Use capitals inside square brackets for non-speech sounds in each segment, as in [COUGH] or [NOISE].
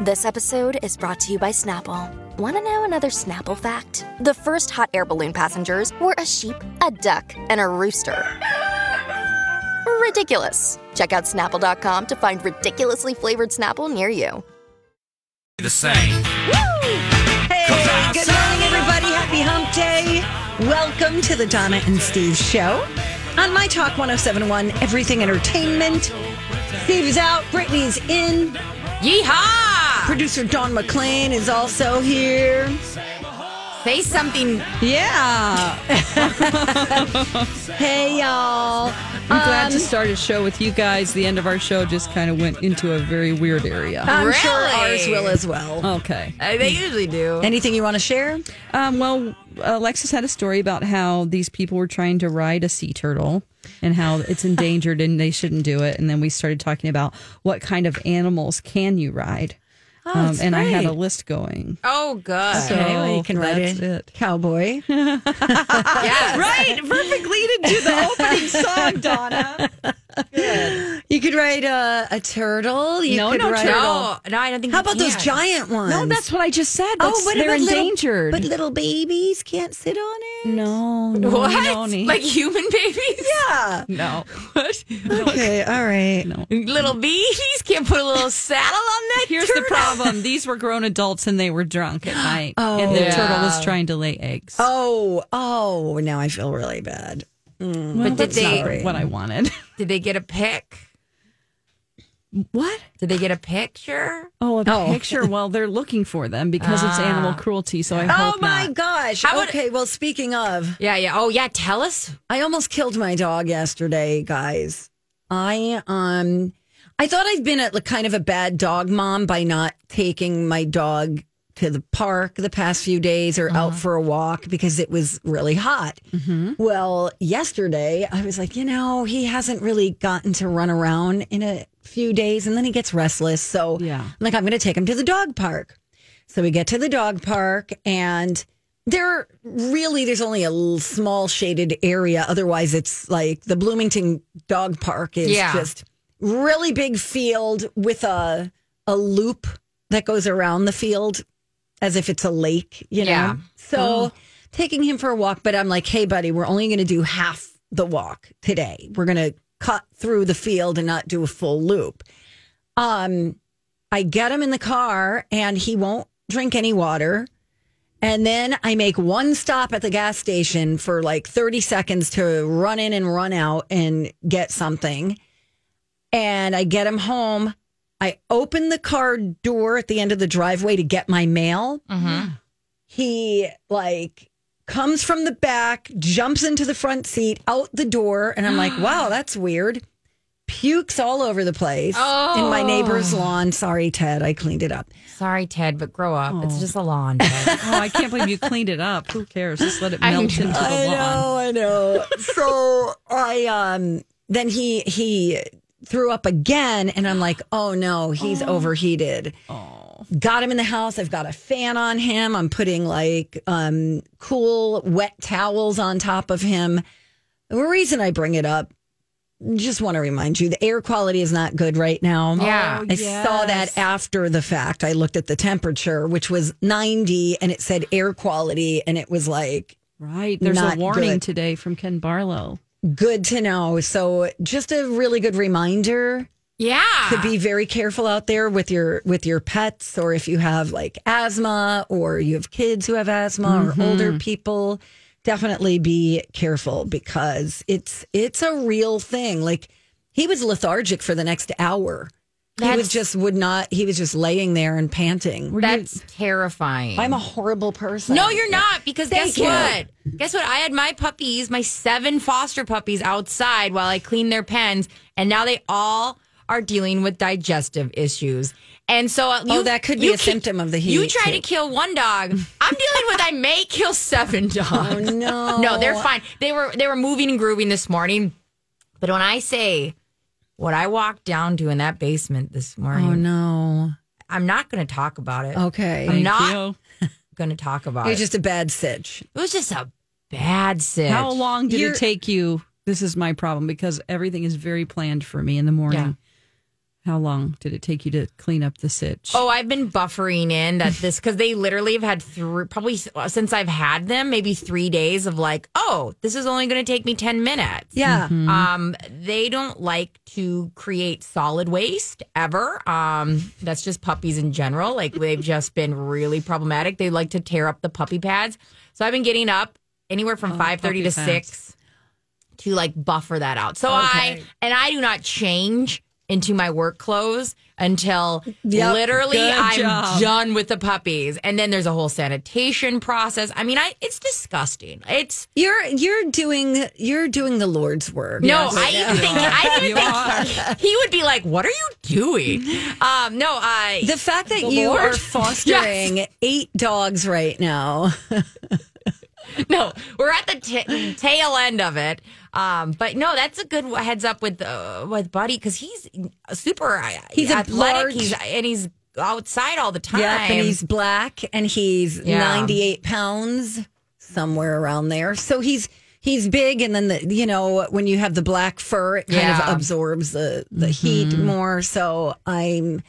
This episode is brought to you by Snapple. Want to know another Snapple fact? The first hot air balloon passengers were a sheep, a duck, and a rooster. Ridiculous. Check out snapple.com to find ridiculously flavored Snapple near you. the same. Hey, good morning, everybody. Happy hump day. Welcome to the Donna and Steve show on My Talk 1071, Everything Entertainment. Steve is out, Brittany's in. Yeehaw! Producer Don McLean is also here. Say something. Yeah. hey, y'all. I'm glad to start a show with you guys. The end of our show just kind of went into a very weird area. I'm sure ours Really? will as well. Okay. Uh, they usually do. Anything you want to share? Um, well, Alexis had a story about how these people were trying to ride a sea turtle and how it's endangered and they shouldn't do it. And then we started talking about what kind of animals can you ride. um, and I had a list going. oh, good. So well, you can write that's it. Oh, Cowboy. [LAUGHS] Yeah. Right, perfect lead into [LAUGHS] the opening song, Donna. you could write a, a turtle. You No, could no write- No, no, I don't think. How you about those can. giant ones? No, Oh, that's what I just said. That's- Oh, what they're about little- endangered. but little babies can't sit on it. no, no, What? you don't need- Like human babies? Yeah. no. What? Okay. All right. little bees can't put a little saddle on that. Here's the problem. These were grown adults and they were [GASPS] drunk at night. and the Yeah. turtle was trying to lay eggs. Oh. Oh. Now I feel really bad. but did they- what [LAUGHS] I wanted. Did they get a pic? What? Did they get a picture? Oh, a picture. Well, they're looking for them because it's animal cruelty, so I hope Ah. Oh my not. gosh. How would- okay. Well, speaking of, Yeah, yeah. Oh, yeah. Tell us. I almost killed my dog yesterday, guys. I um, I thought I'd been a kind of a bad dog mom by not taking my dog to the park the past few days or out for a walk because it was really hot. Well, yesterday I was like, you know, he hasn't really gotten to run around in a few days and then he gets restless. So Yeah. I'm like, I'm going to take him to the dog park. So we get to the dog park and there really there's only a l- small shaded area otherwise it's like the bloomington dog park is Yeah. just really big field with a a loop that goes around the field as if it's a lake, you know? Yeah. So taking him for a walk, but I'm like, hey, buddy, we're only going to do half the walk today. We're going to cut through the field and not do a full loop. Um, I get him in the car and he won't drink any water. And then I make one stop at the gas station for like 30 seconds to run in and run out and get something. And I get him home. I open the car door at the end of the driveway to get my mail. He like comes from the back, jumps into the front seat, out the door. And I'm like, wow, that's weird. Pukes all over the place in my neighbor's lawn. Sorry, Ted, I cleaned it up. Sorry, Ted, but grow up. It's just a lawn. Ted. Oh, I can't believe you cleaned it up. Who cares? Just let it melt into the I lawn. know, I [LAUGHS] know. so I um then he he threw up again and I'm like, oh no, he's overheated. Oh. Got him in the house. I've got a fan on him. I'm putting like um cool wet towels on top of him. The reason I bring it up, just want to remind you, the air quality is not good right now. Yeah. Oh, I saw that after the fact. I looked at the temperature, which was 90, and it said air quality, and it was like Right. There's Not a warning good. today from Ken Barlow. Good to know. So, just a really good reminder [LAUGHS] yeah. to be very careful out there with your with your pets or if you have like asthma or you have kids who have asthma Mm-hmm. or older people, definitely be careful because it's it's a real thing. Like he was lethargic for the next hour. he was That's- just would not he was just laying there and panting. That's terrifying. I'm a horrible person. No, you're not. Because Thank guess you. what? Guess what? I had my puppies, my seven foster puppies, outside while I cleaned their pens, and now they all are dealing with digestive issues. And so uh, Oh, you- that could be you a ki- symptom of the heat. You try too. to kill one dog. I'm dealing with I may [LAUGHS] kill seven dogs. Oh, no. [LAUGHS] No, they're fine. They were they were moving and grooving this morning. But when I say what I walked down to in that basement this morning, Oh no. Oh. I'm not going to talk about it. Okay. I'm It not going to talk about it. was just a bad sitch. it was just a bad sitch. How long did You're- it take you? This is my problem because everything is very planned for me in the morning. Yeah. How long did it take you to clean up the sitch? Oh, I've been buffering in that this because they literally have had three, probably s- since I've had them, maybe three days of like, oh, this is only going to take me 10 minutes. Yeah. Mm-hmm. Um, they don't like to create solid waste ever. Um, that's just puppies in general. Like they've just been really problematic. They like to tear up the puppy pads. So I've been getting up anywhere from five thirty Oh, puppy to pads. six to like buffer that out. So I and I do not change into my work clothes until Yep. literally Good I'm job. done with the puppies. And then there's a whole sanitation process. I mean, I it's disgusting. It's You're you're doing you're doing the Lord's work. no, Yes. I even think I [LAUGHS] You even are. think he would be like, "What are you doing?" Um, no, I The fact that you Lord? are fostering eight dogs right now. [LAUGHS] no, we're at the ta tail end of it. Um, but no, that's a good heads up with uh, with Buddy because he's super. uh, He's a athletic. large- he's and he's outside all the time. Yeah, and he's black and he's Yeah. 98 pounds somewhere around there. So he's he's big and then the you know when you have the black fur it kind Yeah. Mm-hmm. of absorbs the the heat more. So I'm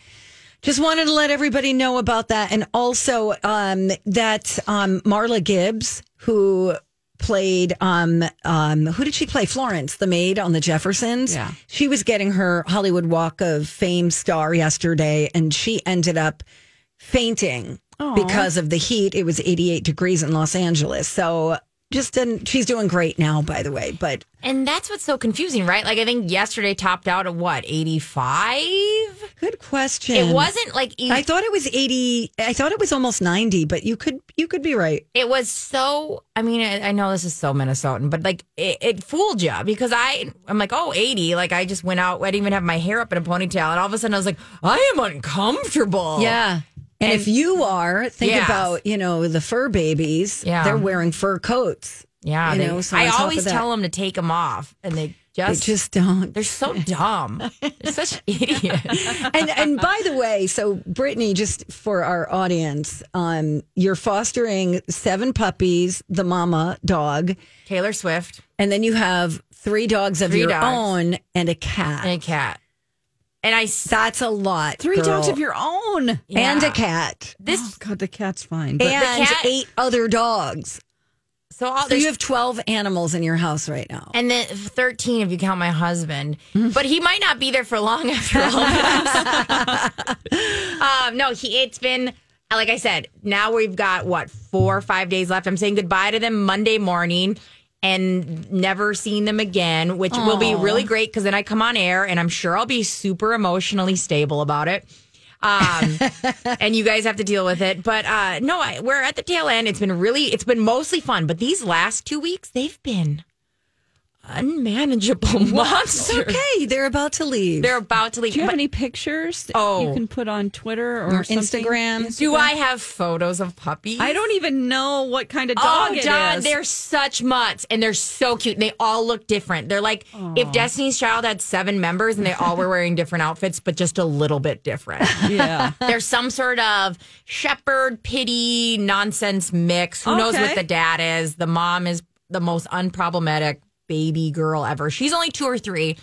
just wanted to let everybody know about that and also um that um Marla Gibbs who played um um who did she play Florence the maid on the Jeffersons Yeah. she was getting her Hollywood Walk of Fame star yesterday, and she ended up fainting because of the heat. It was 88 degrees in Los Angeles. So just didn't, she's doing great now, by the way. But and that's what's so confusing, right? Like I think yesterday topped out at what eighty five. good question. It wasn't like e- I thought it was 80. I thought it was almost 90, but you could you could be right. it was so i mean i, I know this is so minnesotan but like it, it fooled you because i i'm like oh 80 like i just went out i didn't even have my hair up in a ponytail and all of a sudden i was like i am uncomfortable And, if you are, think Yes. about you know the fur babies. Yeah. they're wearing fur coats. yeah You they- know, so on i top of always that- tell them to take them off and they They just, just don't. they're so dumb [LAUGHS] they're such idiots and and by the way, so Brittany, just for our audience, um, you're fostering seven puppies, the mama dog, taylor swift and then you have three dogs of Three your dogs. own and a cat. and a cat and i s- That's a lot. Three girl. dogs of your own. and Yeah. a cat. this Oh, God, the cat's fine. But And cat- eight other dogs. so all So there's you have twelve animals in your house right now. and then 13 if you count my husband Mm-hmm. but he might not be there for long [LAUGHS] after [LAUGHS] all this. um no he it's been like i said now we've got what four or five days left i'm saying goodbye to them monday morning and never seeing them again which will be really great because then i come on air and i'm sure i'll be super emotionally stable about it [LAUGHS] um, and you guys have to deal with it. But uh, no, I, we're at the tail end. It's been really, it's been mostly fun. But these last two weeks, they've been unmanageable [LAUGHS] monsters. okay, they're about to leave. They're about to leave. do you have But any pictures that Oh. you can put on Twitter or, Or something? Instagram. do I have photos of puppies? I don't even know what kind of dog Oh, it Don, is. they're such mutts and they're so cute. They all look different. They're like if Destiny's Child had seven members and they all were wearing different outfits, but just a little [LAUGHS] bit different. [LAUGHS] yeah. There's some sort of shepherd pity nonsense mix. Who knows what Okay. the dad is? The mom is the most unproblematic baby girl ever. She's only two or three.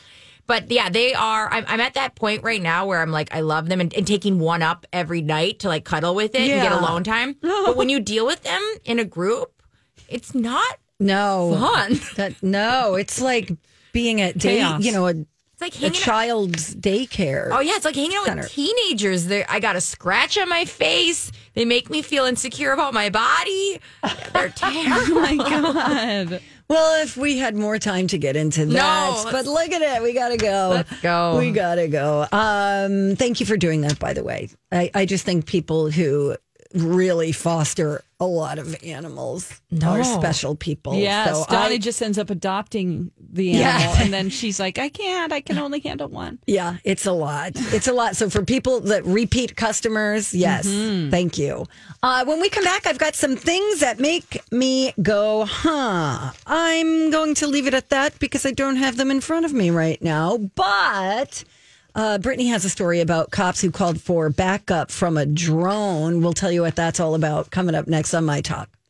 But yeah, they are. I'm, I'm at that point right now where I'm like, I love them and, and taking one up every night to like cuddle with it and get Yeah. alone time. but when you deal with them in a group, it's not. no Fun. That, no, it's like being at day, Chaos. you know, a, It's like a hanging out. child's daycare. Oh yeah, it's like hanging out Center. with teenagers. They're, I got a scratch on my face. They make me feel insecure about my body. [LAUGHS] They're terrible. Oh my God. Well, if we had more time to get into that, but let's- look at it, we gotta go. Let's go. We gotta go. Um, thank you for doing that, by the way. I, I just think people who really foster a lot of animals or special people. Yes, So Donnie I- just ends up adopting the Yeah. animal, and then she's like, "I can't. I can only handle one." yeah, it's a lot. It's a lot. So for people that repeat customers, yes, thank you. Uh, when we come back, I've got some things that make me go, huh. I'm going to leave it at that because I don't have them in front of me right now. But uh, Brittany has a story about cops who called for backup from a drone. We'll tell you what that's all about coming up next on My Talk.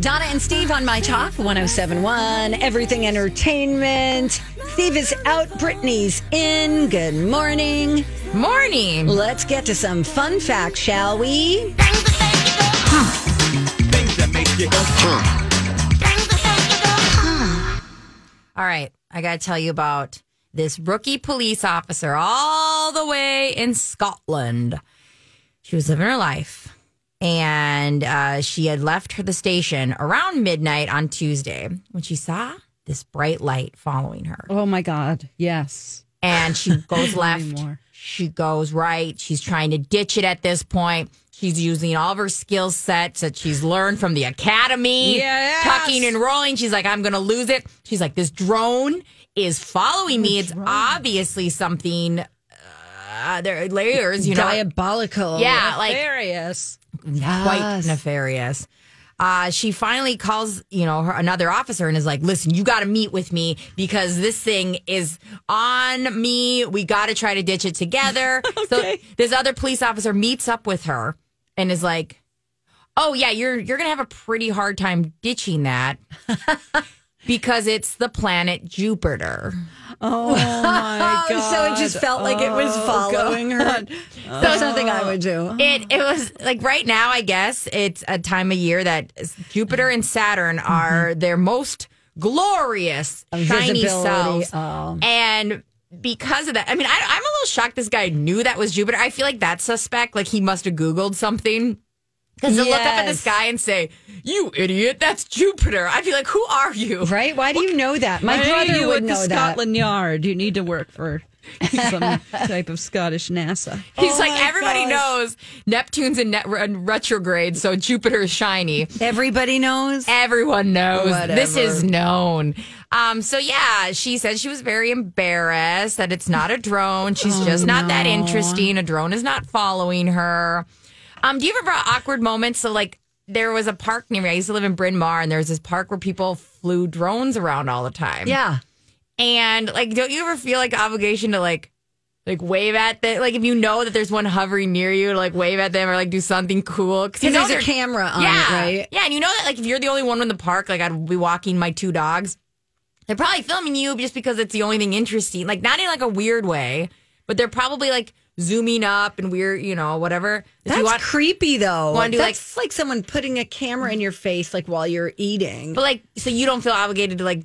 Donna and Steve on My Talk 1071, Everything Entertainment. Steve is out, Brittany's in. Good morning. Morning. Let's get to some fun facts, shall we? All right, I got to tell you about this rookie police officer all the way in Scotland. She was living her life, and uh, she had left her the station around midnight on Tuesday when she saw this bright light following her. Oh my God! Yes, [LAUGHS] and she goes left. anymore. She goes right. She's trying to ditch it at this point. She's using all of her skill sets that she's learned from the academy. Yes. Tucking and rolling. She's like, I'm going to lose it. She's like, this drone is following me. It's obviously something. Uh, there are layers, you know. Diabolical. Yeah, like- Nefarious. quite nefarious. Uh, she finally calls, you know, her, another officer and is like, "Listen, you got to meet with me because this thing is on me. We got to try to ditch it together." So this other police officer meets up with her and is like, "Oh yeah, you're you're gonna have a pretty hard time ditching that because it's the planet Jupiter." Oh, [LAUGHS] Oh, so it just felt like it was following her. [LAUGHS] That's something I would do. It it was like right now, I guess it's a time of year that Jupiter and Saturn Mm-hmm. are their most glorious shiny Visibility, selves, oh. and because of that, I mean, I, I'm a little shocked. This guy knew that was Jupiter. I feel like that's suspect. Like he must have Googled something. Because to look up at the Yes. sky and say, "You idiot, that's Jupiter," I'd be like, "Who are you?" Right? Why do you know that? My Hey, brother you would at know the that. Scotland Yard. You need to work [LAUGHS] for some type of Scottish NASA. He's Oh like, my everybody gosh. knows Neptune's in, net- in retrograde, so Jupiter is shiny. Everybody knows. Everyone knows this Whatever. is known. Um, so yeah, she said she was very embarrassed that it's not a drone. She's Oh, just not that interesting. A drone is not following her. Um, do you ever have awkward moments? So like there was a park near me. I used to live in Bryn Mawr, and there was this park where people flew drones around all the time. Yeah. And like, don't you ever feel like the obligation to like like wave at them? Like if you know that there's one hovering near you, to, like wave at them or like do something cool. Cause you Because know there's a they're- camera on yeah. it, right? Yeah, and you know that like if you're the only one in the park, like I'd be walking my two dogs. They're probably filming you just because it's the only thing interesting. Like not in like a weird way, but they're probably like zooming up and weird, you know, whatever. If That's you want- creepy though. wanna do, like- That's like, someone putting a camera in your face like while you're eating. but like so you don't feel obligated to like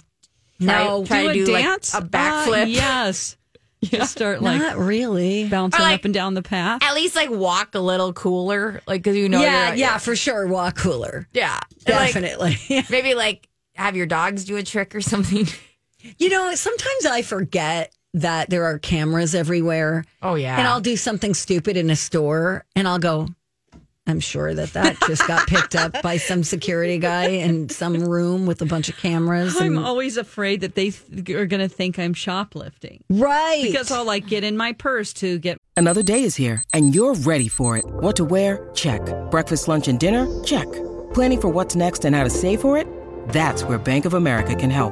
try, No. try to Oh, a do dance, like a Uh, backflip. [LAUGHS] yes, just start like Not really. bouncing Or, like- up and down the path. At least like walk a little cooler, like because you know. yeah, you're- yeah, for sure. Walk cooler. yeah. And, like, Definitely. [LAUGHS] maybe like have your dogs do a trick or something. [LAUGHS] you know, sometimes I forget that there are cameras everywhere Oh yeah. and I'll do something stupid in a store and I'll go, I'm sure that that just got picked up by some security guy in some room with a bunch of [LAUGHS] cameras. I'm And, always afraid that they th- are going to think I'm shoplifting right. because I'll like get in my purse to get Another day is here, and you're ready for it. What to wear? Check. Breakfast, lunch, and dinner? Check. Planning for what's next and how to save for it? That's where Bank of America can help.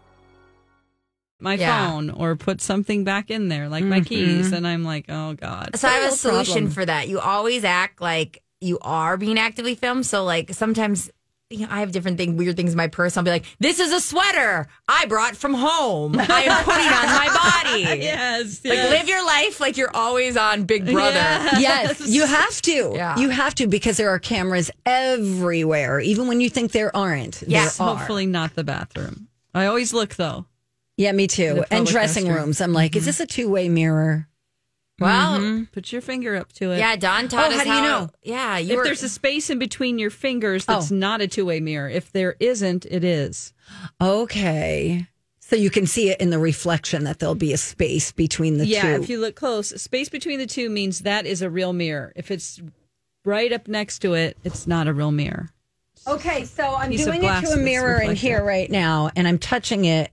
my Yeah. Mm-hmm. phone or put something back in there, like my keys. And I'm like, oh God. So I have a Real solution problem. for that. You always act like you are being actively filmed. So like sometimes you know, I have different thing, weird things in my purse. I'll be like, "This is a sweater I brought from home. I am putting on my [LAUGHS] body." Yes. Like live your life like you're always on Big Brother. [LAUGHS] Yes, you have to. Yeah. You have to because there are cameras everywhere, even when you think there aren't. Yes. there are. Hopefully not the bathroom. I always look though. Yeah, me The too. And public dressing restroom. Mm-hmm. rooms. I'm like, is this a two way mirror? Mm-hmm. Well, Put your finger up to it. yeah, Don taught Oh, how us do you know? Yeah, you If were, there's a space in between your fingers that's not a two way mirror, if there isn't, it is. Okay. So you can see it in the reflection that there'll be a space between the yeah, two. if you look close, space between the two means that is a real mirror. If it's right up next to it, it's not a real mirror. okay, so I'm Piece of doing it glass to a that's mirror in reflective. here right now and I'm touching it.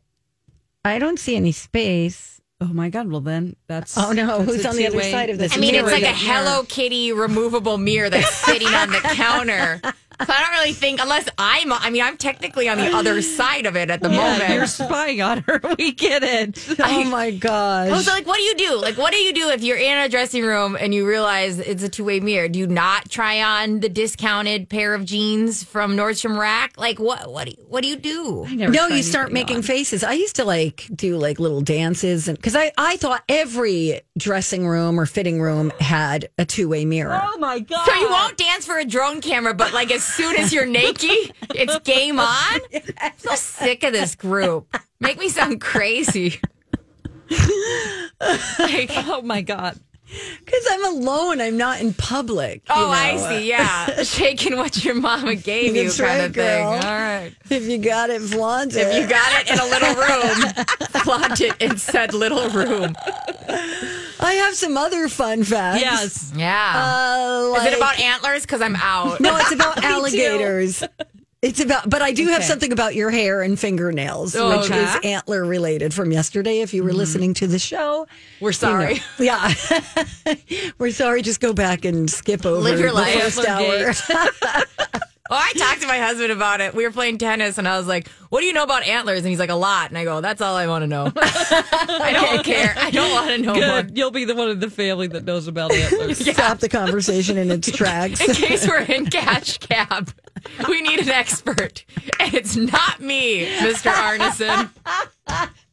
I don't see any [LAUGHS] space. Oh my God! Well, then that's Oh, no, that's who's a on the other two-way- side of this I mean, it's mirror like a that Hello Kitty removable mirror that's sitting on the [LAUGHS] counter. So I don't really think, unless I'm, I mean, I'm technically on the other side of it at the moment. Yeah, [LAUGHS] you're spying on her. We get it. [LAUGHS] Oh my gosh. Oh, so like, what do you do? Like, what do you do if you're in a dressing room and you realize it's a two way mirror? Do you not try on the discounted pair of jeans from Nordstrom Rack? Like, what what do you, what do you do? No, you start making faces. I used to like do like little dances and because I, I thought every dressing room or fitting room had a two way mirror. Oh my God! So you won't dance for a drone camera, but like as soon as you're naked, it's game [LAUGHS] on. I'm so sick of this group. Make me sound [LAUGHS] crazy. Like, Oh my God! Because I'm alone, I'm not in public. you oh, know? I see. Yeah, [LAUGHS] shaking what your mama gave you, That's kind right, of thing. girl. All right. If you got it, flaunt it. You got it in a little [LAUGHS] room. Flaunt it in said little room. I have some other fun facts. Yes. Yeah. Uh, like, Is it about antlers? Because I'm out. No, [LAUGHS] it's about alligators. It's about, but I do have Okay. something about your hair and fingernails, Oh, Mm-hmm. which okay. is antler related from yesterday. If you were listening to the show, We're sorry. [LAUGHS] Yeah. [LAUGHS] We're sorry. Just go back and skip over Live your the life. first hour. Gate. Oh, I talked to my husband about it. We were playing tennis, and I was like, "What do you know about antlers?" And he's like, "A lot." And I go, "That's all I want to know. [LAUGHS] I don't care. I don't want to know Oh more." Good. You'll be the one in the family that knows about [LAUGHS] antlers. Stop the conversation in [LAUGHS] its tracks. In case we're in cash cab, we need an expert, and it's not me, Mr. Arneson.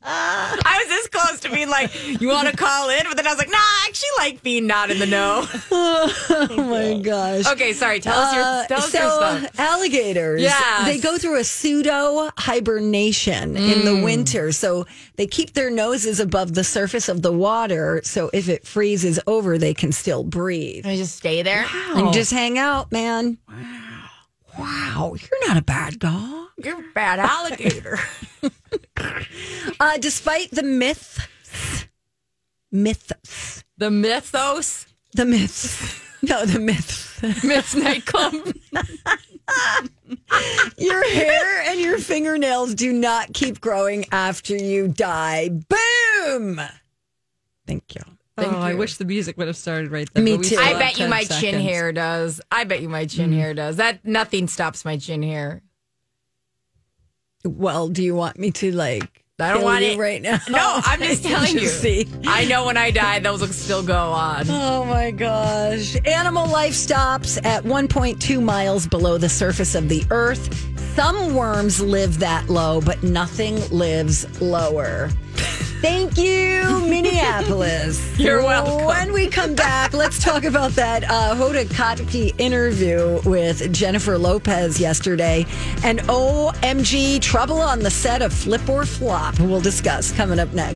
I was this close to being like, "You want to call in?" But then I was like, "Nah, I actually like being not in the know." oh my gosh. Okay, sorry. Tell us your Uh, tell us your so stuff. alligators, Yes. they go through a pseudo hibernation in Mm. the winter. So they keep their noses above the surface of the water. So if it freezes over, they can still breathe Can I just stay there? and just hang out, man. Wow, wow, you're not a bad dog. You're a bad alligator. Uh, despite the myths, myths, the mythos, the myths, no, the myths. [LAUGHS] Miss Nightclub. Your hair and your fingernails do not keep growing after you die. Boom! Thank you. oh, I wish the music would have started right there. Me but we too. still I have bet you 10 my chin seconds. hair does. I bet you my chin hair does. That nothing stops my chin hair. Well, do you want me to like I don't Killing want you it right now. No, [LAUGHS] I'm [LAUGHS] just telling you. Just see. I know when I die, those will still go on. Oh my gosh. Animal life stops at 1.2 miles below the surface of the earth. Some worms live that low, but nothing lives lower. Thank you, [LAUGHS] Minneapolis. You're welcome. When we come back, let's talk about that uh, Hoda Kotb interview with Jennifer Lopez yesterday and OMG trouble on the set of Flip or Flop. We'll discuss coming up next.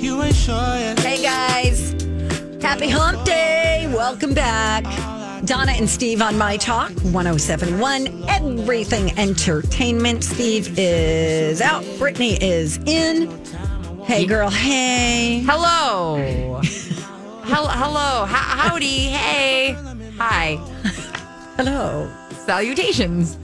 You ain't sure yet. Hey guys, happy hump day. Welcome back. Donna and Steve on My Talk 1071, Everything Entertainment. Steve is out, Brittany is in. Hey girl, hey. Hello. Hello. Hello. H- howdy. Hey. Hi. Hello. Salutations.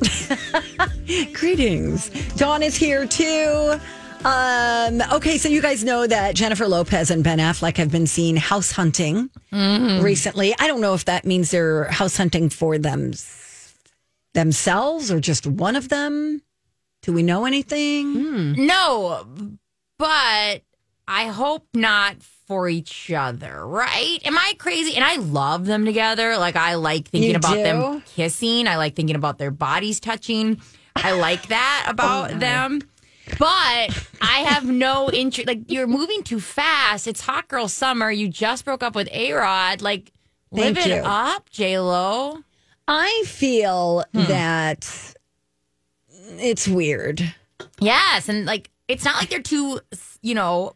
Greetings. Dawn is here too. Um, okay, so you guys know that Jennifer Lopez and Ben Affleck have been seen house hunting Mm-hmm. recently. I don't know if that means they're house hunting for them themselves or just one of them. Do we know anything? Hmm. No, but I hope not for each other, right? Am I crazy? And I love them together. Like I like thinking You about do? them kissing. I like thinking about their bodies touching. I [LAUGHS] like Oh, that about them. But I have no interest. Like you're moving too fast. It's hot girl summer. You just broke up with A Rod. Like live Thank it you. up, J Lo. I feel Hmm. that it's weird. Yes, and like it's not like they're two, you know,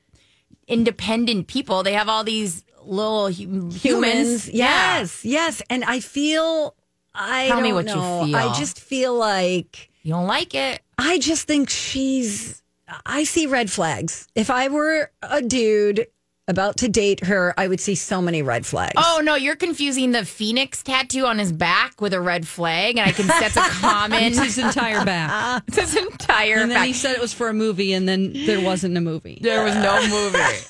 independent people. They have all these little hum- humans. Yeah. Yes, yes. And I feel I Tell me don't what you know. feel. I just feel like you don't like it. I just think she's. I see red flags. If I were a dude about to date her, I would see so many red flags. Oh no, you're confusing the phoenix tattoo on his back with a red flag, and I can that's a [LAUGHS] common It's his entire back. [LAUGHS] it's his entire And then he back. said it was for a movie, and then there wasn't a movie. [LAUGHS] There was no movie.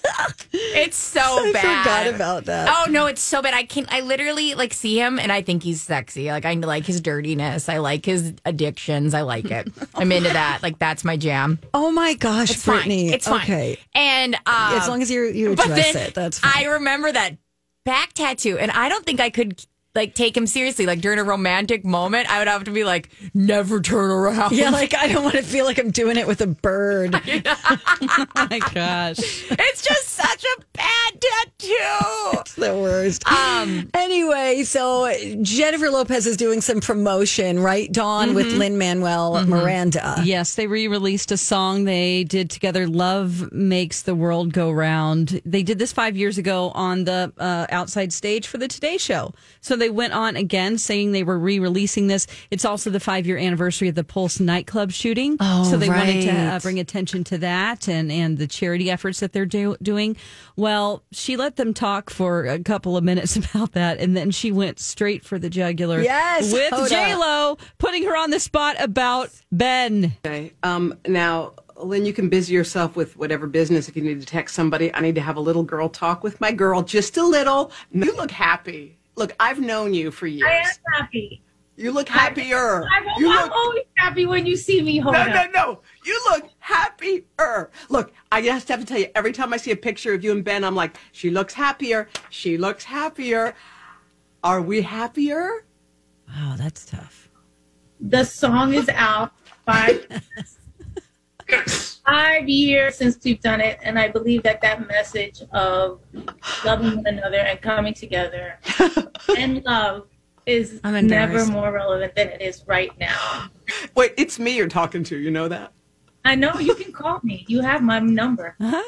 [LAUGHS] it's so bad. forgot about that. Oh no, it's so bad. I can I literally like see him and I think he's sexy. Like I like his dirtiness. I like his addictions. I like it. I'm into that. Like that's my jam. Oh my gosh, It's Brittany. fine. It's fine. Okay. And um, As long as you you but address then it, that's fine. [LAUGHS] I remember that back tattoo, and I don't think I could like take him seriously. Like during a romantic moment, I would have to be like, "Never turn around." yeah, like I don't want to feel like I'm doing it with a bird. Oh my gosh. [LAUGHS] it's just such a bad tattoo. [LAUGHS] It's the worst. Um. Anyway, so Jennifer Lopez is doing some promotion, right, Dawn, with Mm-hmm. Lin Manuel Miranda. Yes, they re released a song they did together, Love Makes the World Go Round. They did this five years ago on the uh, outside stage for the Today Show. So they went on again saying they were re releasing this. It's also the five year anniversary of the Pulse nightclub shooting. Oh, so they wanted to uh, right. bring attention to that and, and the charity efforts that they're do- doing. Well, she let them talk for a couple of minutes [LAUGHS] about that, and then she went straight for the jugular Yes, Hoda. with J Lo, putting her on the spot about Ben. Now, Lynn, you can busy yourself with whatever business. If you need to text somebody, I need to have a little girl talk with my girl, just a little. You look happy. Look, I've known you for years. I am happy. You look happier. I, am you look, always happy when you see me, Hoda. no, no, no. You look happier. Look, I just have to tell you, every time I see a picture of you and Ben, I'm like, she looks happier. She looks happier. Are we happier? Wow, that's tough. The song is out. Five, [LAUGHS] five years since we've done it, and I believe that that message of loving one another and coming together and love is I'm never embarrassed. more relevant than it is right now. Wait, it's me you're talking to. You know that? I know you can call me. You have my number. Well,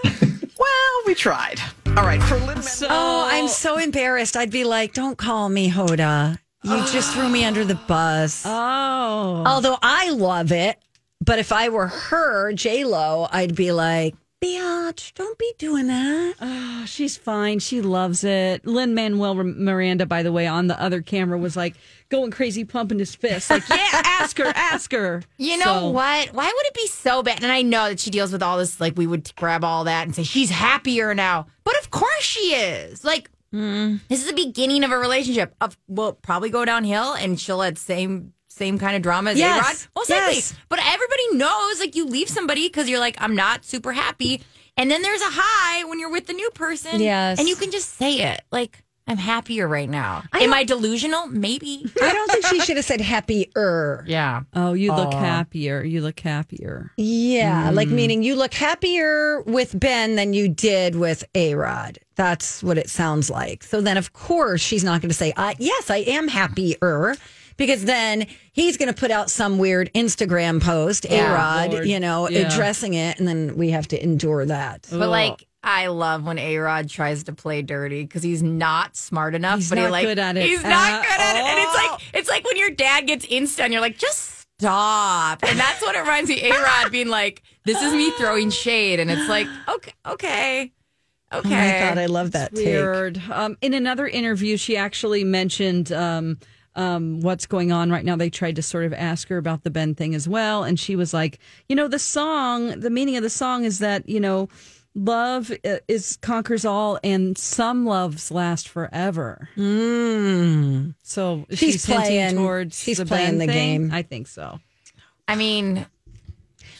we tried. All right, for Lynn. Oh, I'm so embarrassed. I'd be like, don't call me Hoda. You just threw me under the bus. Oh. Although I love it. But if I were her, J Lo, I'd be like, Biatch, don't be doing that. Oh, she's fine. She loves it. Lynn Manuel Miranda, by the way, on the other camera was like going crazy, pumping his fist. Like, yeah, ask her, ask her. You know So- what? Why would it be so bad? And I know that she deals with all this. Like we would grab all that and say she's happier now, but of course she is. Like this is the beginning of a relationship. Of will probably go downhill, and she'll at same same kind of drama as Yes. A-Rod. Most Yes. likely, but everybody knows. Like you leave somebody because you're like I'm not super happy, and then there's a high when you're with the new person. Yes. and you can just say it like. I'm happier right now. Am I delusional? Maybe. I don't think she should have said happier. Yeah. Oh, you look happier. You look happier. Yeah, Hmm. like meaning you look happier with Ben than you did with A Rod. That's what it sounds like. So then, of course, she's not going to say, I, Yes, I am happier, because then he's going to put out some weird Instagram post, A Rod, Oh, Lord. you know, Yeah. addressing it. And then we have to endure that. But like, I love when A Rod tries to play dirty because he's not smart enough. He's but he not like good at it He's at not good at it, and it's all. like it's like when your dad gets insta and you're like, just stop. And that's what it reminds me. A Rod being like, this is me throwing shade, and it's like, okay, okay, Oh okay. my God, I love that take. Weird. Um, in another interview, she actually mentioned um, um, what's going on right now. They tried to sort of ask her about the Ben thing as well, and she was like, "You know, the song. The meaning of the song is that you know, love uh, is conquers all, and some loves last forever." So Mm. she's, hinting playing- towards she's the playing Ben the thing? game. I think so. I mean.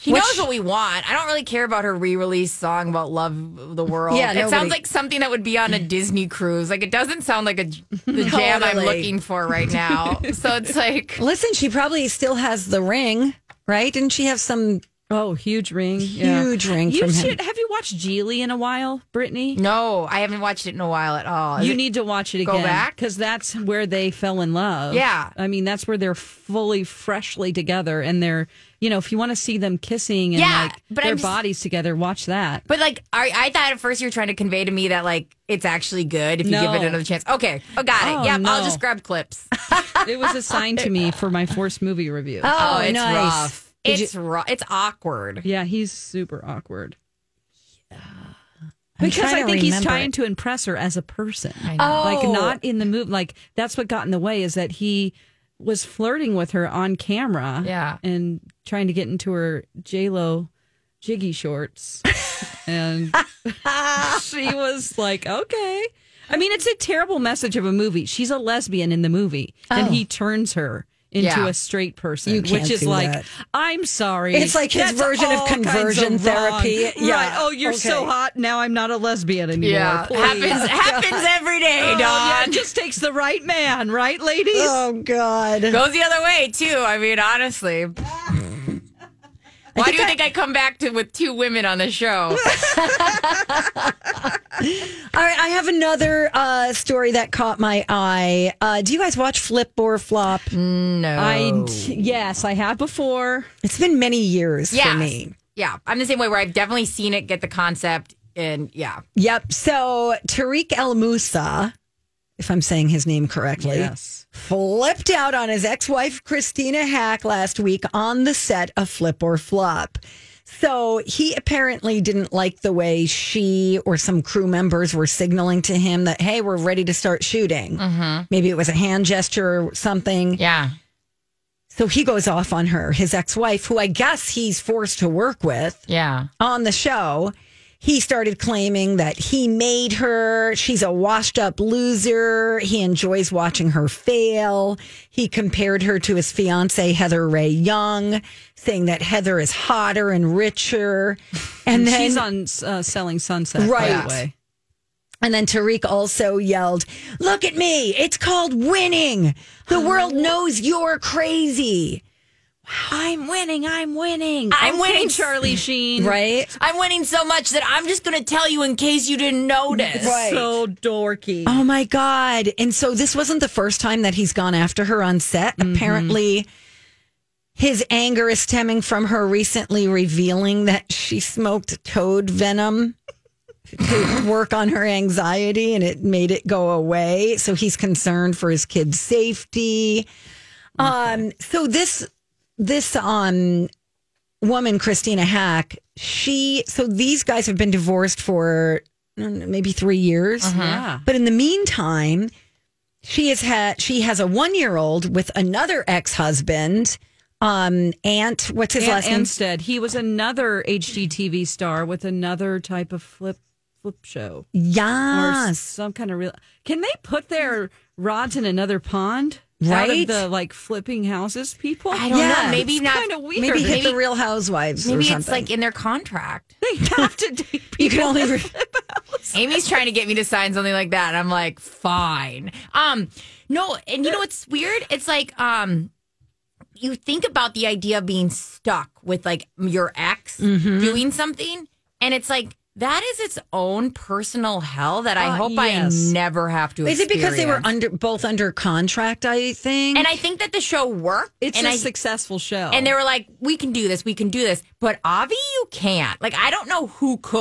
She Which- knows what we want. I don't really care about her re-release song about love the world. Yeah, it nobody- sounds like something that would be on a Disney cruise. Like it doesn't sound like a the jam I'm Totally. looking for right now. So it's like Listen, she probably still has the ring, right? Didn't she have some Oh, huge ring! Yeah. huge ring You from him? should. Have you watched Geely in a while, Brittany? No, I haven't watched it in a while at all. Is You it- need to watch it go again back? because that's where they fell in love. Yeah. I mean that's where they're fully, freshly together, and they're you know if you want to see them kissing and Yeah, like but their I'm just- bodies together, watch that. but like, I, I thought at first you were trying to convey to me that like it's actually good if you No. give it another chance. Okay, oh got it. Oh, yep, no. I'll just grab clips. It was a sign to me for my forced movie review. Oh, it's nice. rough. Did It's rough. It's awkward. Yeah, he's super awkward I'm because trying I to think he's remember trying it. to impress her as a person. know. like Oh. not in the movie. Like that's what got in the way is that he was flirting with her on camera. Yeah. and trying to get into her J Lo [LAUGHS] jiggy shorts, and she was like, "Okay." I mean, it's a terrible message of a movie. She's a lesbian in the movie, and he turns her into Yeah. a straight person, Oh. You can't which is do like, that. "I'm sorry." It's like his That's version of all kinds conversion wrong. therapy. Yeah. Right. Oh, you're so Okay. hot. Now I'm not a lesbian anymore. Yeah, Please. happens happens [LAUGHS] every day, Oh, Don. yeah, it just takes the right man, right, ladies? Oh God! Goes the other way too. I mean, honestly. Why do you think I come back to with two women on the All show? right, I have another uh, story that caught my eye. Uh, do you guys watch Flip or Flop? Oh. I yes, I have before. It's been many years Yeah, for me. yeah. I'm the same way where I've definitely seen it, get the concept, and yeah. Yep. So Tariq El Moussa, if I'm saying his name correctly, Yes. flipped out on his ex wife, Christina Hack, last week on the set of Flip or Flop. So he apparently didn't like the way she or some crew members were signaling to him that, hey, we're ready to start shooting. Maybe it was a hand gesture or something. Yeah. So he goes off on her, his ex wife, who I guess he's forced to work with Yeah. on the show. He started claiming that he made her. She's a washed up loser. He enjoys watching her fail. He compared her to his fiance, Heather Ray Young, saying that Heather is hotter and richer. And then She's on uh, Selling Sunset, By Right. the way. and then Tariq also yelled, Look at me. It's called winning. Oh, The world knows you're crazy. I'm winning. I'm winning. I'm Okay, [LAUGHS] winning. Charlie Sheen. Right? I'm winning so much that I'm just going to tell you in case you didn't notice. Right. So dorky. Oh my God. And so this wasn't the first time that he's gone after her on set. Apparently, his anger is stemming from her recently revealing that she smoked toad venom to work on her anxiety and it made it go away. So he's concerned for his kid's safety. Um, so this, this, um, woman, Christina Hack, she, so these guys have been divorced for mm, maybe three years. Uh-huh. Yeah. But in the meantime, she has had, she has a one year old with another ex husband, um, Ant, what's his Ant last name? Anstead. He was another HGTV star with another type of flip flip show or Yes. some kind of real. Can they put their rods in another pond? Out of Right? the like flipping houses people. I don't Yeah. know. Maybe It's not. kinda weird. Maybe hit Maybe- the Real Housewives or Maybe it's something. like in their contract. [LAUGHS] They have to date people. you can only. [LAUGHS] Re- Amy's trying to get me to sign something like that. I'm like, fine. Um, no, and you know what's weird? It's like, um, you think about the idea of being stuck with like your ex Mm-hmm. doing something, and it's like that is its own personal hell that I Uh, hope yes. I never have to. Is it because they were experience. under both under contract? I think. And I think that the show worked. It's and a I- successful show. and they were like, "We can do this. We can do this." But Avi, you can't. Like, I don't know who could.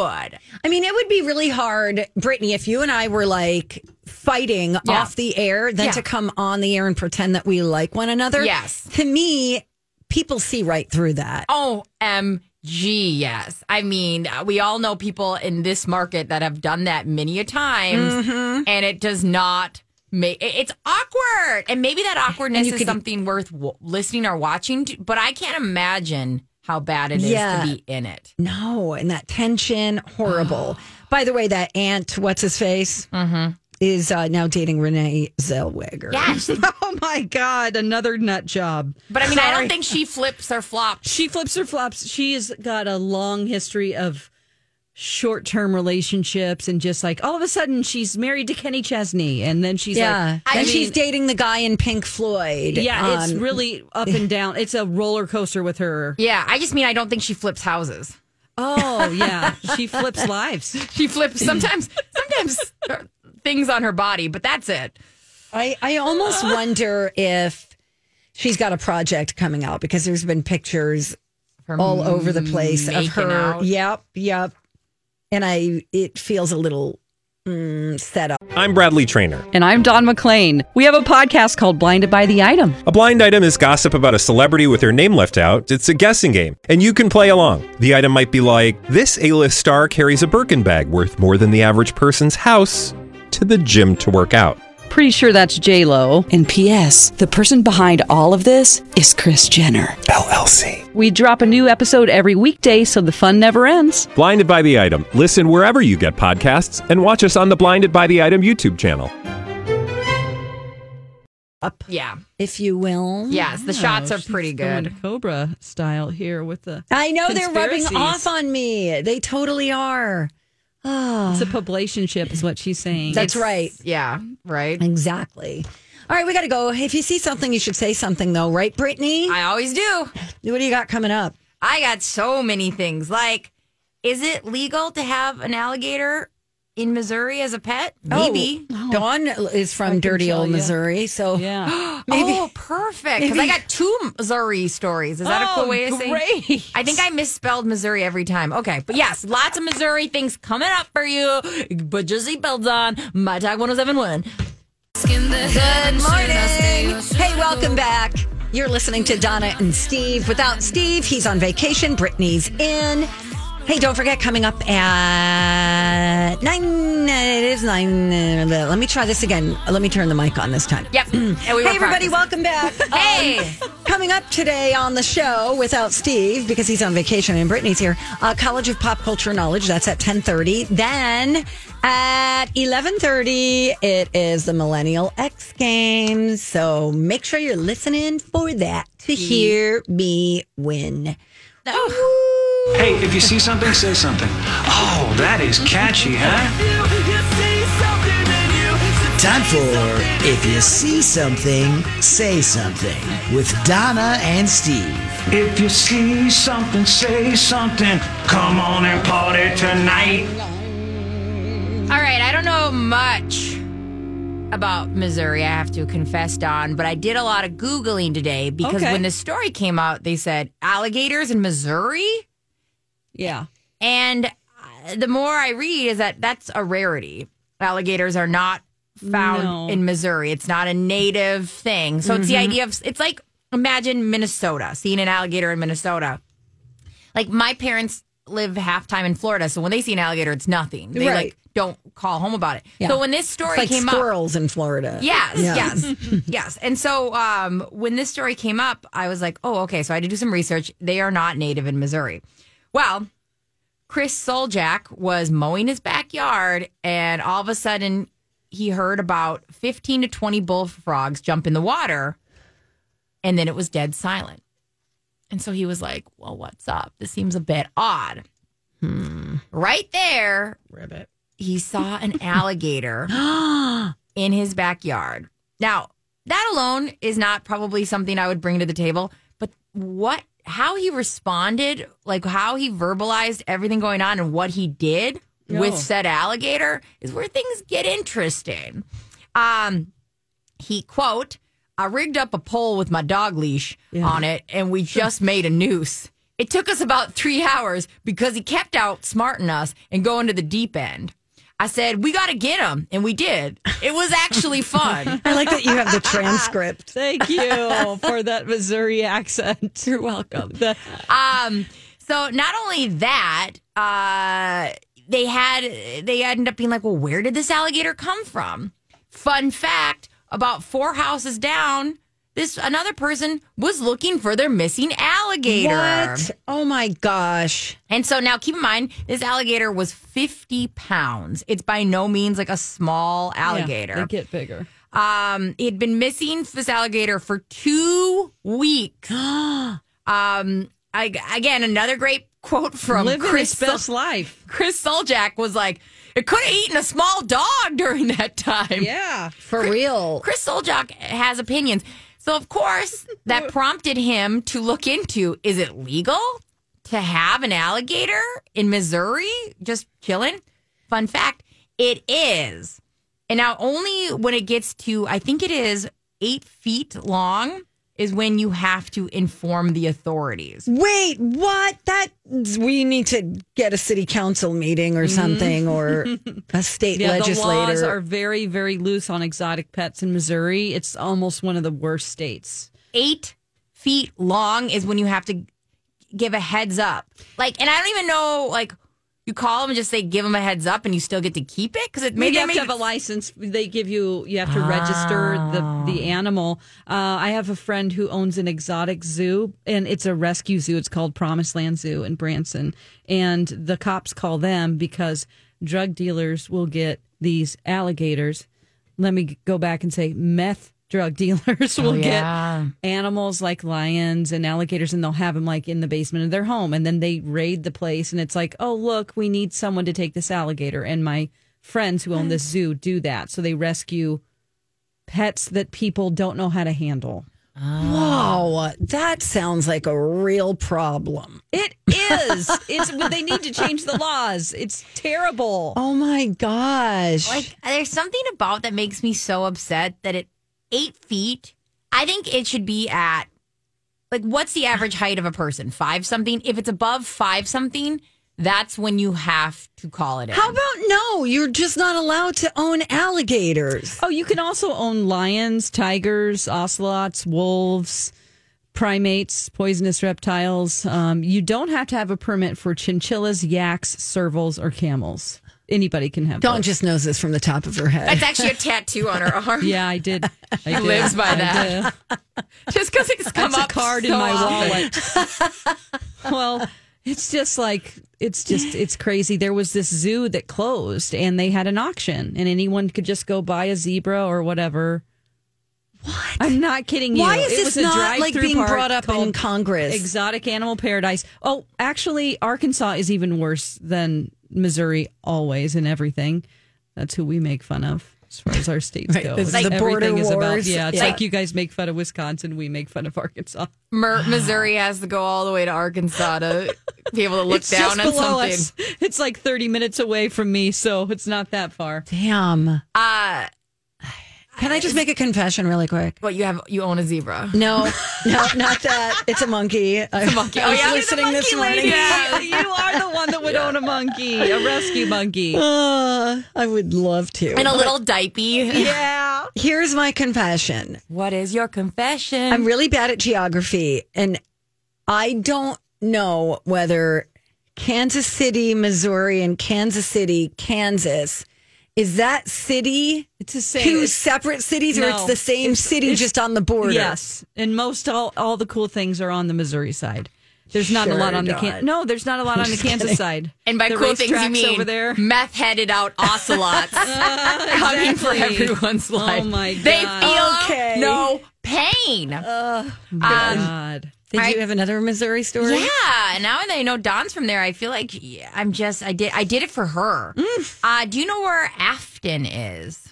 I mean, it would be really hard, Brittany, if you and I were like fighting off the air, then Yeah. to come on the air and pretend that we like one another. Yes. To me, people see right through that. OMG, yes. I mean, uh, we all know people in this market that have done that many a times, Mm-hmm. and it does not make it's awkward. And maybe that awkwardness you is could- e something worth w- listening or watching, to, but I can't imagine how bad it is Yeah. to be in it. No, and that tension, horrible. By the way, that aunt, what's his face, mm-hmm. is uh, now dating Renee Zellweger. [LAUGHS] Yes. [LAUGHS] oh my god, another nut job. But I mean, I don't think she flips or flops. She flips her flops. She's got a long history of short term relationships and just like all of a sudden she's married to Kenny Chesney and then she's Yeah, like I and mean, she's dating the guy in Pink Floyd. yeah, it's Um, really up and down. It's a roller coaster with her. Yeah, I just mean, I don't think she flips houses. Oh yeah, she flips lives. [LAUGHS] She flips sometimes, sometimes things on her body, but that's it. I, I almost wonder if she's got a project coming out because there's been pictures Her all over the place of making her. out. Yep, yep. And I, it feels a little mm, set up. I'm Bradley Trainer. [LAUGHS] And I'm Don McClain. We have a podcast called Blinded by the Item. A blind item is gossip about a celebrity with their name left out. It's a guessing game, and you can play along. The item might be like this A list star carries a Birkin bag worth more than the average person's house to the gym to work out. Pretty sure that's J Lo. And P.S. The person behind all of this is Chris Jenner. LLC. We drop a new episode every weekday, so the fun never ends. Blinded by the Item. Listen wherever you get podcasts and watch us on the Blinded by the Item YouTube channel. Yeah. if you will. Yes, the Oh, shots are Oh, she's pretty going good. to Cobra style here with the. I know they're rubbing Conspiracies. off on me. They totally are. Ah. It's a publication ship, is what she's saying. That's right. Yeah, right. Exactly. All right, we got to go. If you see something, you should say something, though, right, Brittany? I always do. what do you got coming up? I got so many things. Like, is it legal to have an alligator in Missouri as a pet? Maybe. Oh, Dawn is from can dirty tell old ya. Missouri, so Yeah. [LAUGHS] maybe. Oh, perfect. Because I Maybe. Oh, got two Missouri stories. Is that a cool way to say Oh, great. [LAUGHS] I think I misspelled Missouri every time. Okay. But yes, lots of Missouri things coming up for you. But Jersey builds on My Tag 1071. Good morning. Hey, welcome back. You're listening to Donna and Steve. Without Steve, he's on vacation. Brittany's in. Hey, don't forget coming up at nine. It is nine. uh, Let me try this again. Let me turn the mic on this time. [CLEARS THROAT] Yep. And we were Hey, everybody, welcome practicing. back. [LAUGHS] Um, Hey. Coming up today on the show without Steve because he's on vacation and Brittany's here. Uh, College of Pop Culture Knowledge. That's at ten thirty. Then at eleven thirty, it is the Millennial X Games. So make sure you're listening for that to Mm. hear me win. Oh, Hey, if you see something, say something. Oh, that is catchy, huh? Time for If You See Something, Say Something with Donna and Steve. If you see something, say something. Come on and party tonight. All right, I don't know much about Missouri, I have to confess, Don, but I did a lot of Googling today because Okay. when the story came out, they said alligators in Missouri. Yeah. And uh, the more I read, is that that's a rarity. Alligators are not found No. in Missouri, it's not a native Mm-hmm. thing. So it's the idea of it's like imagine Minnesota, seeing an alligator in Minnesota. Like my parents live half time in Florida, so when they see an alligator, it's nothing. They Right. like don't call home about it. Yeah. So when this story It's like came up, squirrels in Florida. Yes, Yeah. yes, yes. And so um, when this story came up, I was like, oh, okay. So I had to do some research. They are not native in Missouri. Well, Chris Soljak was mowing his backyard, and all of a sudden, he heard about 15 to 20 bullfrogs jump in the water, and then it was dead silent. And so he was like, well, what's up? This seems a bit odd. Right there, Ribbit. he saw an alligator in his backyard. Now, that alone is not probably something I would bring to the table, but what how he responded, like how he verbalized everything going on and what he did with said alligator is where things get interesting. Um he quote, I rigged up a pole with my dog leash on it and we just made a noose. It took us about three hours because he kept outsmarting us and going to the deep end. I said, We got to get him. And we did. It was actually fun. I like that you have the transcript. Thank you for that Missouri accent. You're welcome. um, so not only that, uh, they had they ended up being like, well, where did this alligator come from? Fun fact: about four houses down, this another person was looking for their missing alligator. What? Oh my gosh. And so now keep in mind, this alligator was 50 pounds. It's by no means like a small alligator. they get bigger. Um, he had been missing this alligator for two [GASPS] weeks. um, I, again, another great quote from Living Chris. his best Sol- life. Chris Soljak was like, "It could have eaten a small dog during that time." Yeah. For real. Chris Soljak has opinions, so of course that prompted him to look into: Is it legal to have an alligator in Missouri just chilling? Fun fact: It is. And now only when it gets to, I think it is eight feet long, is when you have to inform the authorities. Wait, what? That we need to get a city council meeting or something or [LAUGHS] a state Mm-hmm. Yeah, the laws legislator. are very, very loose on exotic pets in Missouri. It's almost one of the worst states. Eight feet long is when you have to give a heads up. Like, and I don't even know, like, you call them and just say, give them a heads up and you still get to keep it? Because it Maybe maybe you that have to made have a license. They give you you have to register the the Oh. animal. Uh, I have a friend who owns an exotic zoo, and it's a rescue zoo. It's called Promised Land Zoo in Branson, and the cops call them because drug dealers will get these alligators. Let me go back and say meth drug [LAUGHS] Oh, dealers will get animals like lions and alligators and they'll have them like in the basement of their home and then they raid the place and it's like oh look we need someone to take this alligator and my friends who own this zoo do that. So they rescue pets that people don't know how to handle. Wow, that sounds like a real problem. It is. it's but they need to change the laws. It's terrible. Oh my gosh. [LAUGHS] Like, there's something about that makes me so upset that at eight feet, I think it should be at like what's the average height of a person? Five something. If it's above five something, that's when you have to call it in. How about no? You're just not allowed to own alligators. Oh, you can also own lions, tigers, ocelots, wolves, primates, poisonous reptiles. Um, you don't have to have a permit for chinchillas, yaks, servals, or camels. Anybody can have. Dawn those. just knows this from the top of her head. That's actually a tattoo on her arm. [LAUGHS] Yeah, I did. I did. lives by I that. did. [LAUGHS] Just because it's come That's up a card so in my often. [LAUGHS] wallet. well, it's just like it's just it's crazy. There was this zoo that closed, and they had an auction, and anyone could just go buy a zebra or whatever. What? I'm not kidding you. Why is It this was a not like drive-through being park brought up in called Congress? Exotic Animal Paradise. Oh, actually, Arkansas is even worse than Missouri always and everything. That's who we make fun of as far as our states Right, go. this is the border everything is about wars. yeah. It's Yeah. like you guys make fun of Wisconsin, we make fun of Arkansas. Mer- Missouri has to go all the way to Arkansas to be able to look it's down just on below something. us. [LAUGHS] It's like thirty minutes away from me, so it's not that far. Damn. Uh, Can I just make a confession really quick? what you have? You own a zebra. No, no, not that. It's a monkey. It's a monkey. I Oh, was yeah, listening you're the this monkey morning. lady. Yeah, you are the one that would own a monkey, a rescue monkey. Uh, I would love to. And a little diapy. yeah. Here's my confession. What is your confession? I'm really bad at geography and I don't know whether Kansas City, Missouri, and Kansas City, Kansas. Is that city It's the same- two it's- separate cities, or it's No, the same it's- city it's- just on the border? Yes, and most all all the cool things are on the Missouri side. There's not a lot Sure on the not. can- no. There's not a lot I'm on the just Kansas kidding. side. And by the cool things you racetracks mean over there. Uh, meth [LAUGHS] headed out ocelots coming for exactly. Oh everyone's life. my They God. Uh, feel Okay. no pain. Um, God. Did I- you have another Missouri story? Yeah, and now that I know Don's from there, I feel like yeah, I'm just I did I did it for her. Mm. Uh, do you know where Afton is?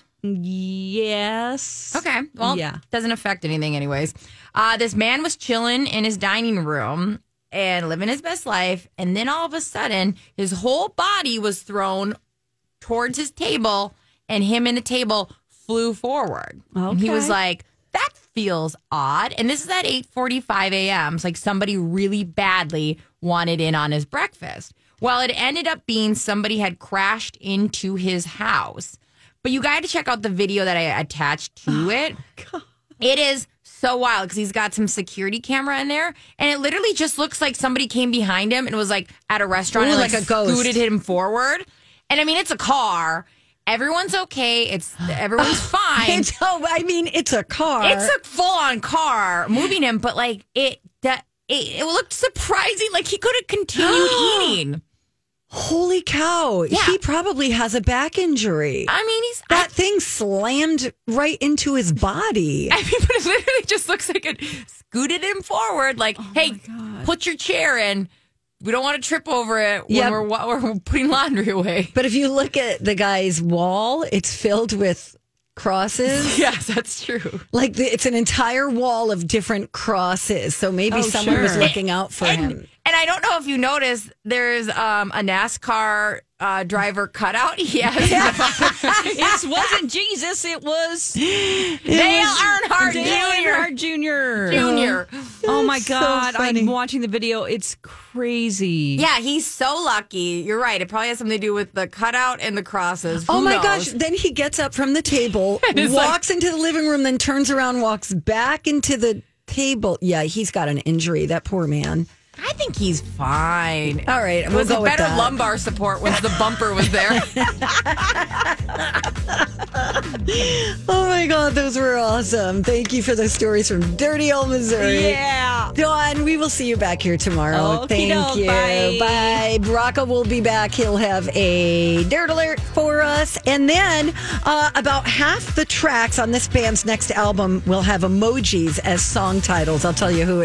yes. Okay, well, Yeah. doesn't affect anything, anyways. Uh, this man was chilling in his dining room and living his best life, and then all of a sudden, his whole body was thrown towards his table, and him and the table flew forward. And he was Okay. like, "That feels odd." And this is at eight forty-five a.m. It's like somebody really badly wanted in on his breakfast. Well, it ended up being somebody had crashed into his house. But you got to check out the video that I attached Oh, to it. It is so wild because he's got some security camera in there, and it literally just looks like somebody came behind him and was like at a restaurant Ooh, and like a ghost. scooted him forward. And I mean, it's a car. Everyone's okay. It's everyone's [SIGHS] fine. It's, oh, I mean, it's a car. It's a full on car moving him, but like it, that, it, it looked surprising. Like he could [GASPS] have continued eating. holy cow. Yeah. He probably has a back injury. I mean, he's [LAUGHS] that thing slammed right into his body. I mean, but it literally just looks like it scooted him forward. Like, Oh hey, put your chair in. We don't want to trip over it when Yep. we're wa- we're putting laundry away. [LAUGHS] But if you look at the guy's wall, it's filled with crosses. Yes, that's true. Like the, it's an entire wall of different crosses. So maybe Oh, someone was sure. looking out for and, him. And I don't know if you noticed, there's um, a NASCAR uh, driver cutout. [LAUGHS] [LAUGHS] Yes, it wasn't Jesus. It [GASPS] was Dale Earnhardt Dale Jr. Earnhardt Jr. Junior. Oh my That's so God! I'm funny. watching the video. It's crazy. Yeah, he's so lucky. You're right. It probably has something to do with the cutout and the crosses. Oh Who my knows? gosh. Then he gets up from the table, walks into the living room, then turns around, walks back into the table. Yeah, he's got an injury, that poor man. I think he's fine. All right, It we'll was go a with better that. lumbar support once the bumper [LAUGHS] was there. Oh my God, those were awesome. Thank you for those stories from dirty old Missouri. Yeah. Dawn, we will see you back here tomorrow. Okie Thank doke, you. bye. Bye. Braca will be back. He'll have a dirt alert for us. And then uh, about half the tracks on this band's next album will have emojis as song titles. I'll tell you who it is.